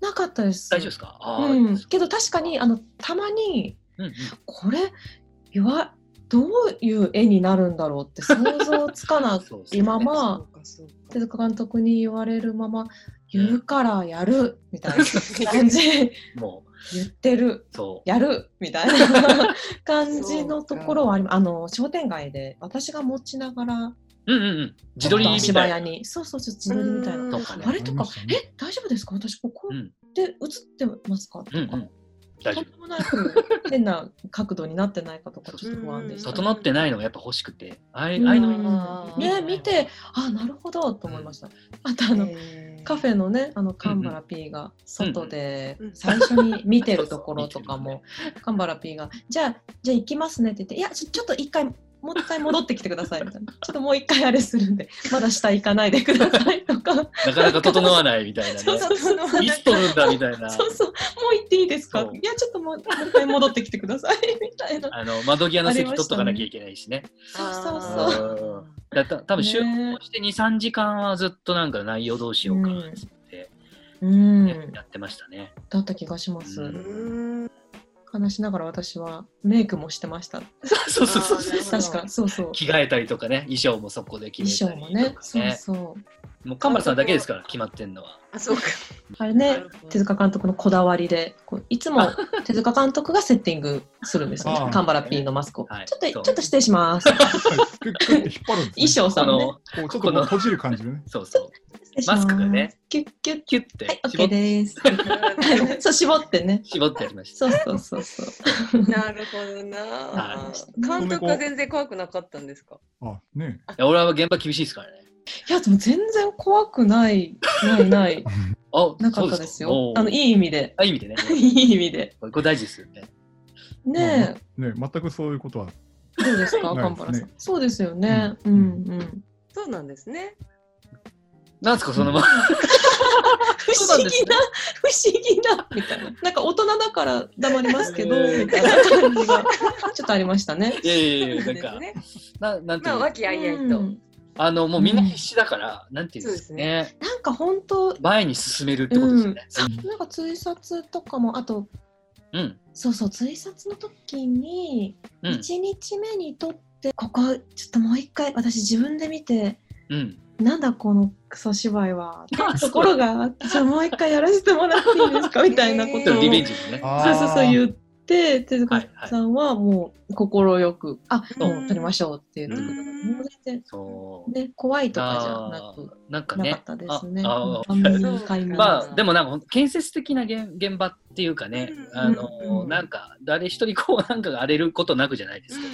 Speaker 4: なかったです。
Speaker 1: 大丈夫ですかああ、いい
Speaker 4: うん
Speaker 1: です、
Speaker 4: けど確かにあのたまに
Speaker 1: うんうん
Speaker 4: これ言わどういう絵になるんだろうって想像つかな
Speaker 1: そうですね
Speaker 4: いまま
Speaker 2: そうかそうか
Speaker 4: 手塚監督に言われるまま言うからやるみたいな感じ
Speaker 1: もう
Speaker 4: 言ってる
Speaker 1: そう
Speaker 4: やるみたい な感じのところはありますあの商店街で私が持ちながら
Speaker 1: うんうんうん。自撮りみ
Speaker 4: 芝
Speaker 1: たい
Speaker 4: 屋にそうそうそう自撮りみたいな
Speaker 1: とかね
Speaker 4: あれと
Speaker 3: ありま
Speaker 4: か
Speaker 3: した
Speaker 4: 「
Speaker 3: ね
Speaker 4: え大丈夫ですか私ここ
Speaker 1: うん
Speaker 4: で映ってますか?」と
Speaker 1: うんう
Speaker 4: か
Speaker 1: ん。大丈
Speaker 4: とん
Speaker 1: 夫
Speaker 4: で。もなく変な角度になってないかとかちょっと不安でした。
Speaker 1: 整ってないのがやっぱ欲しくて。ああいう
Speaker 4: うん
Speaker 1: ああいうの
Speaker 2: の
Speaker 4: ね、見てあなるほどと思いました。あとあの、カフ
Speaker 2: ェ
Speaker 4: ェのね、あの神原 P が外で最初に見てるところと かも、神原 P が、じゃあ、じゃあ行きますねって言って、いや、ちょちょっと一回、もう一回戻ってきてくださいみたいな、ちょっともう一回あれするんで、まだ下行かないでくださいとか、
Speaker 1: なかなか整わないみたいなね
Speaker 4: そう。そうそうそう
Speaker 1: いつ撮るんだみたいな。
Speaker 4: そうそう、もう行っていいですか
Speaker 1: そう
Speaker 4: いや、ちょっともうもう一回戻ってきてくだ さいみたいな。
Speaker 1: あの窓際の席取っとかなきゃいけないしね。
Speaker 4: そう
Speaker 1: あ
Speaker 4: そう
Speaker 1: ー
Speaker 4: そう。
Speaker 1: そうだた多分集合して2、3時間はずっとなんか内容どうしようかって
Speaker 4: う
Speaker 1: や
Speaker 4: ん、
Speaker 1: やってましたね。
Speaker 4: だった気がします。
Speaker 1: うん
Speaker 2: うん
Speaker 4: 話しながら私はメイクもしてました。
Speaker 1: そうそうそうそう。
Speaker 2: あーなるほど
Speaker 4: 確か、そうそう。
Speaker 1: 着替えたりとかね、衣装もそこで着替え
Speaker 4: 衣装
Speaker 1: たりと
Speaker 4: も
Speaker 1: か
Speaker 4: ね、そうそう。
Speaker 1: もう神原さんだけですから、決まってんのは。
Speaker 2: あそうか
Speaker 4: あれ
Speaker 2: な
Speaker 4: ね
Speaker 2: るほど、
Speaker 4: 手塚監督のこだわりで、こういつも手塚監督がセッティングするんですよ
Speaker 3: あ
Speaker 4: ね
Speaker 3: ー。
Speaker 4: カンバラ P のマスクを。
Speaker 1: はい
Speaker 4: ちょっと、ち
Speaker 1: そ
Speaker 4: ょ
Speaker 1: う
Speaker 4: っと失礼し ます。衣
Speaker 3: クックッて引っ張るんです、ね。
Speaker 4: 装さ
Speaker 1: あ
Speaker 4: んをね。
Speaker 1: の、
Speaker 3: こうちょっとこう閉じる感じでね。
Speaker 1: そうそう。
Speaker 4: 失礼します
Speaker 1: マスクがね。
Speaker 4: キュッキュッ。
Speaker 1: キュッて
Speaker 4: はい、
Speaker 1: 絞
Speaker 4: OK
Speaker 1: って、
Speaker 4: です。 そう、絞ってね。
Speaker 1: 絞ってやりました。
Speaker 4: そうそうそうそう。
Speaker 2: なるほどな
Speaker 1: は。
Speaker 2: 監督は全然怖くなかったんですか。
Speaker 3: あ、ね
Speaker 1: いや俺は現場厳しいですからね。
Speaker 4: いや、でも全然怖くない、ないない、
Speaker 1: あ、
Speaker 4: なかったですよ。あの、い
Speaker 1: い
Speaker 4: い意味で。
Speaker 1: あいい意味でね。
Speaker 4: いい意味で。
Speaker 1: これこれ大事ですよね。
Speaker 4: ね
Speaker 3: え、ねえ、全くそういうことは。
Speaker 4: え、どうですか、
Speaker 3: ないで
Speaker 4: カ
Speaker 3: す
Speaker 4: ン
Speaker 3: ね
Speaker 4: バラさん。そうですよね。
Speaker 3: う
Speaker 4: うんん、うん。
Speaker 2: そうなんですね。
Speaker 1: なんですか、そのまま。
Speaker 4: 不
Speaker 1: そう
Speaker 4: 思
Speaker 1: なん
Speaker 4: 議
Speaker 1: で
Speaker 4: な
Speaker 1: すね
Speaker 4: 不思議なみたいななんか大人だから黙りますけど
Speaker 1: えー
Speaker 4: みたいな感じがちょっとありましたね。
Speaker 1: いやいやいや、 なん
Speaker 2: です
Speaker 1: か、
Speaker 2: ね。
Speaker 1: ななんてい
Speaker 2: まあ
Speaker 1: う
Speaker 2: 和
Speaker 1: の、
Speaker 2: 気あいあいうと。
Speaker 4: ん
Speaker 1: あの、もうみんな必死だから、なんていうんですかね。
Speaker 4: なんか本当
Speaker 1: 前に進めるってことですね。
Speaker 4: なんか追殺とかもあと
Speaker 1: うん。
Speaker 4: そうそう追殺の時に
Speaker 1: うん。
Speaker 4: 1日目にとってここちょっともう一回私自分で見て
Speaker 1: うん。
Speaker 4: なんだこのクソ芝居はって
Speaker 1: あそう
Speaker 4: ところがあってじゃあもう一回やらせてもらっていいですかみたいなこ
Speaker 1: ちょっ
Speaker 4: とを
Speaker 1: と
Speaker 4: そ
Speaker 1: リ
Speaker 4: う
Speaker 1: ベンジですね。
Speaker 3: あ
Speaker 4: そうそう言って手塚さんはもう快く「あ
Speaker 2: うん
Speaker 4: もう撮りましょう」って言ってくれたから
Speaker 2: うん
Speaker 4: もう全
Speaker 1: そう。
Speaker 4: 然ね怖いとかじゃな
Speaker 1: あ
Speaker 4: く。
Speaker 1: ーなんか
Speaker 4: なか
Speaker 1: ね
Speaker 4: っ。たですね。
Speaker 1: ああ
Speaker 4: うんあんまり買い物
Speaker 1: ま
Speaker 2: う
Speaker 1: あ
Speaker 2: ん
Speaker 1: でもなんかほんと建設的な現現場っていうかね、
Speaker 2: うん
Speaker 1: あの
Speaker 4: うん
Speaker 1: なんか誰一人こうなんかが荒れることなくじゃないです
Speaker 2: う
Speaker 1: け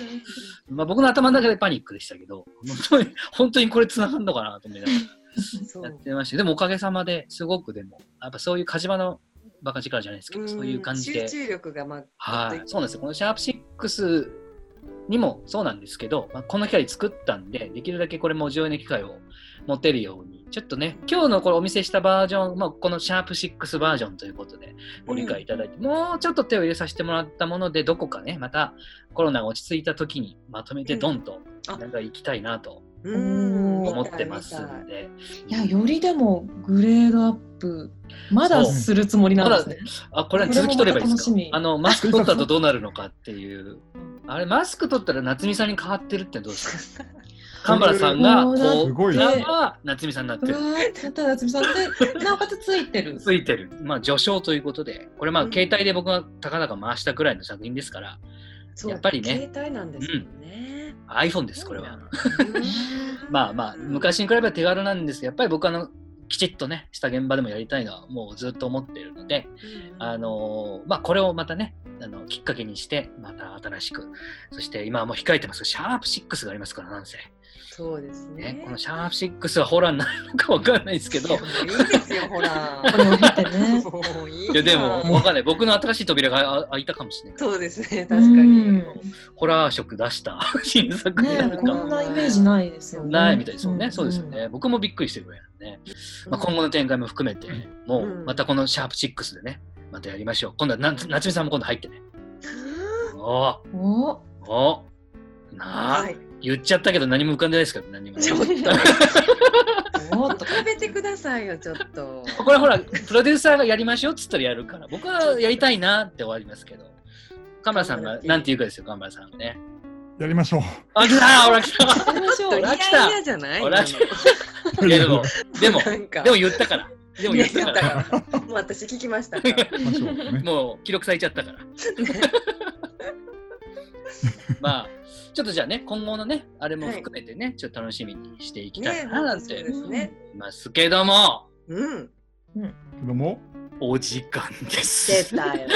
Speaker 1: ど、
Speaker 2: ん
Speaker 1: まあ僕の頭の中でパニックでしたけど、本当に本当にこれ繋がるのかなと思いながら
Speaker 2: そ
Speaker 1: やっ
Speaker 2: う。
Speaker 1: てましたけど。でもおかげさまですごくでもやっぱそういう火事場のバカ力じゃないですけど、そういう感じで
Speaker 2: 集、中力がまあ。
Speaker 1: はい、そうなんですよ。このシャープシックスにもそうなんですけど、まあ、この機会作ったんで、できるだけこれも重要な機会を持てるように、ちょっとね、今日のこれお見せしたバージョン、まあ、このシャープシックスバージョンということで、ご理解いただいて、もうちょっと手を入れさせてもらったもので、どこかね、またコロナが落ち着いた時にまとめてドンと、
Speaker 2: あ
Speaker 1: なんか行きたいなと
Speaker 2: うん
Speaker 1: 思ってますん
Speaker 2: 見
Speaker 1: で、
Speaker 4: いやよりでもグレードアップまだするつもりなんですね。
Speaker 1: あこれは続き取ればいいです
Speaker 4: これもまた楽
Speaker 1: か
Speaker 4: しみ
Speaker 1: あのマスク取った後どうなるのかっていうあれマスク取ったら夏美さんに変わってるってどうですか神原さんが
Speaker 4: もうだって
Speaker 1: こ
Speaker 3: す
Speaker 1: う
Speaker 3: ごいね
Speaker 1: なんか夏美さんになって
Speaker 4: う
Speaker 1: る
Speaker 4: わーただ夏美さんでなおかつついてる。
Speaker 1: ついてるまあ序章ということでこれまあ
Speaker 2: うん
Speaker 1: 携帯で僕がたかだか回したくらいの作品ですから
Speaker 2: そう
Speaker 1: やっぱりね
Speaker 2: 携帯なんですよね。
Speaker 1: iPhone ですこれは
Speaker 2: うん
Speaker 1: まあまあ昔に比べば手軽なんですがやっぱり僕あのきちっとねした現場でもやりたいのはもうずっと思っているのであのーまあ、これをまたね、あのきっかけにして、また新しく、そして今はもう控えてますがシャープ6がありますから、なんせ、
Speaker 2: そうです
Speaker 1: ね
Speaker 2: ね。
Speaker 1: このシャープ6はホラーになるのかわかんないですけど、い
Speaker 2: いやいいですよ、ほら。
Speaker 4: これを経てね。
Speaker 2: もういい
Speaker 1: やで
Speaker 2: な
Speaker 1: も、わかんない、僕の新しい扉があ開いたかもしれない。
Speaker 2: そうですね、確か
Speaker 4: うん
Speaker 2: に。
Speaker 1: ホラー色出した新作になる
Speaker 4: ね
Speaker 1: か
Speaker 4: こ
Speaker 1: も。
Speaker 4: んなイメージないですよね。
Speaker 1: ないみたいですよね、
Speaker 4: ん
Speaker 1: そうですよね。。僕もびっくりしてるぐらいなんでね。まあ、今後の展開も含めて、もうまたこのシャープ6でね、またやりましょう。今度はな夏美さんも今度入ってね。おー
Speaker 4: お
Speaker 1: おーなあ、
Speaker 2: はい。
Speaker 1: 言っちゃったけど何も浮かんでないですけど何も
Speaker 2: ちょっと、
Speaker 4: おとか
Speaker 2: 食べてくださいよ、ちょっと。
Speaker 1: これほらプロデューサーがやりましょうっつったらやるから僕はやりたいなって終わりますけど神村さんがなんて言うかですよ神村さんがね
Speaker 3: やりましょう。
Speaker 1: あ来たほら来
Speaker 4: やりましょ
Speaker 2: ちょ
Speaker 4: う
Speaker 2: っ
Speaker 1: ほ。
Speaker 2: と
Speaker 1: ら
Speaker 2: イライラじゃない
Speaker 1: ほら来た いやでもでも
Speaker 2: なんか
Speaker 1: でも言ったからでも言ったから
Speaker 2: いや言ったからもう私聞きましたから。
Speaker 3: ましょうね。
Speaker 1: もう記録されちゃった からまあちょっとじゃあね今後のねあれも含めてね、ちょっと楽しみにしていきたいななん
Speaker 2: そう
Speaker 1: て
Speaker 2: で
Speaker 1: 思い
Speaker 2: すね。
Speaker 1: ますけども
Speaker 2: うん。
Speaker 3: けども、
Speaker 1: お時間です
Speaker 2: 出たよ。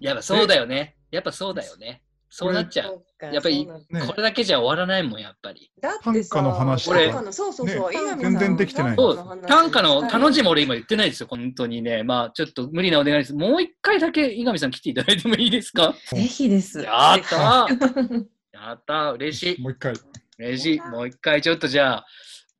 Speaker 1: やっぱそうだよね。やっぱそうだよね。そうなっちゃう。
Speaker 2: そか
Speaker 1: やっぱり
Speaker 2: そうなんだ
Speaker 3: ね
Speaker 1: これだけじゃ終わらないもん、やっぱり。
Speaker 2: だってさ
Speaker 3: 短歌の話
Speaker 1: とか
Speaker 2: 短歌のそうそうそう。
Speaker 3: ね
Speaker 2: 稲見さん
Speaker 3: 全然できてない
Speaker 1: そう
Speaker 2: 短歌の話
Speaker 1: 短歌の、他の字も俺今言ってないですよ、本当にね。まあ、ちょっと無理なお願いです。もう一回だけ、井上さん来ていただいてもいいですか
Speaker 4: ぜひです。
Speaker 1: やったーやったー嬉しい。
Speaker 3: もう一回。
Speaker 1: 嬉しい。もう一回、ちょっとじゃあ、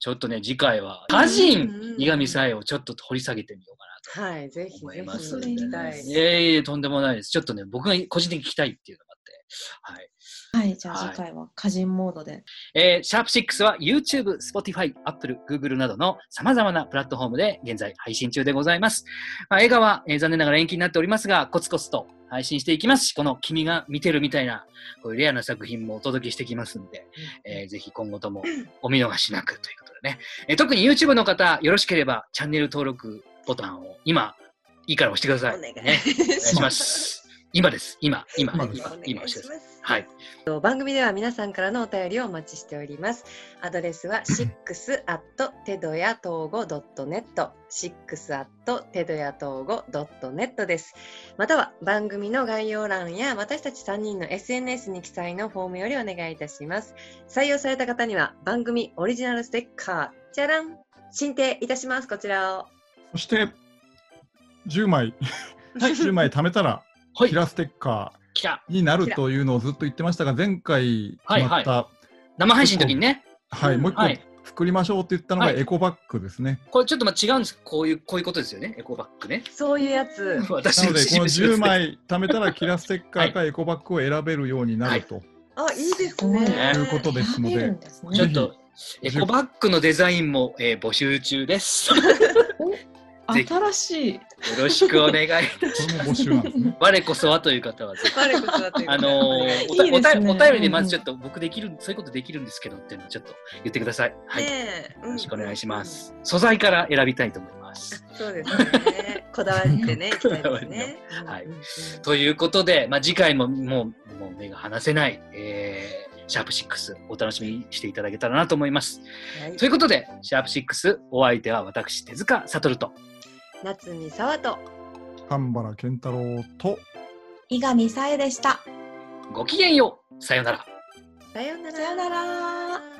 Speaker 1: ちょっとね、次回は、歌人、井上さえをちょっと掘り下げてみようかな
Speaker 2: はい、ぜひ
Speaker 1: と思い
Speaker 2: ぜ
Speaker 1: ま
Speaker 2: ひ
Speaker 1: す
Speaker 2: 行
Speaker 1: ん
Speaker 2: き
Speaker 1: で
Speaker 2: たい
Speaker 1: ね。。いえいえ、とんでもないです。ちょっとね、僕が個人的に聞きたいっていうのがあって。はい。
Speaker 4: はい、じゃあ次回は歌人モードで。
Speaker 1: えー、シャープ6は YouTube、Spotify、Apple、Google などの様々なプラットフォームで現在配信中でございます。まあ、映画は、えー残念ながら延期になっておりますが、コツコツと配信していきますし、この君が見てるみたいな、こういうレアな作品もお届けしてきますんで、えーぜひ今後ともお見逃しなくということでね。えー特に YouTube の方、よろしければチャンネル登録ボタンを今、いいから押してください。
Speaker 2: お願い
Speaker 1: ねお願いします。今です。今、今、今
Speaker 3: 今、です
Speaker 1: 今、押してください。
Speaker 2: す
Speaker 1: はい。
Speaker 2: と番組では皆さんからのお便りをお待ちしております。アドレスは six at テドヤ統合 .net six at テドヤ統合 .net です。または番組の概要欄や私たち3人の SNS に記載のフォームよりお願いいたします。採用された方には番組オリジナルステッカー、じゃらん進呈いたします。こちらを。
Speaker 3: そして、10枚、10枚 貯めたら、
Speaker 1: はい
Speaker 3: キ。ラステッカ
Speaker 1: 来た。
Speaker 3: ーになるというのをずっと言ってましたが、前回決まった、
Speaker 1: 生配信の時にね。
Speaker 3: はい、もう一個、
Speaker 1: はい
Speaker 3: 作りましょうって言ったのが
Speaker 1: はい
Speaker 3: エコバッグですね。
Speaker 1: これちょっとまあ違うんですこういうこういうことですよねエコバッグね
Speaker 2: そういうや つ。
Speaker 1: 私
Speaker 3: なので、この
Speaker 1: 印です
Speaker 3: 10枚貯めたらキラステッカーかエコバッグを選べるようになると
Speaker 2: あ、いいです
Speaker 4: すごい
Speaker 2: ね。
Speaker 1: ね
Speaker 3: いうことですの
Speaker 4: 選べる
Speaker 3: で
Speaker 4: ん、です
Speaker 1: ちょ
Speaker 4: ね。
Speaker 1: っとエコバッグのデザインも、えー募集中です。よぜひ
Speaker 4: 新しい。
Speaker 1: ろしくお願い。
Speaker 3: これも募集なんです ね。
Speaker 1: 我こそはという方はぜひ。
Speaker 2: 悪いことだっていう
Speaker 1: あのーお
Speaker 4: いい
Speaker 1: たお
Speaker 4: です
Speaker 1: た
Speaker 4: ね
Speaker 1: お便りでまずちょっと僕できるそういうことできるんですけどっていうのをちょっと言ってください。はい。よ
Speaker 2: ねえ、よ
Speaker 1: ろしくお願いしま。す。素材から選びたいと思います。
Speaker 2: そうです ね。こだわってね、いきたいですね。
Speaker 1: はい
Speaker 2: うんうんうん
Speaker 1: ということで、まあ、次回ももうもう目が離せない、えーシャープ6お楽しみにしていただけたらなと思います。
Speaker 2: はい
Speaker 1: ということで、シャープ6お相手は私手塚悟と。
Speaker 2: 夏美沙和と。
Speaker 3: 神原健太郎と
Speaker 4: 伊上さえでした。
Speaker 1: ごきげんよう。さようなら。
Speaker 2: さようなら。
Speaker 4: さようなら。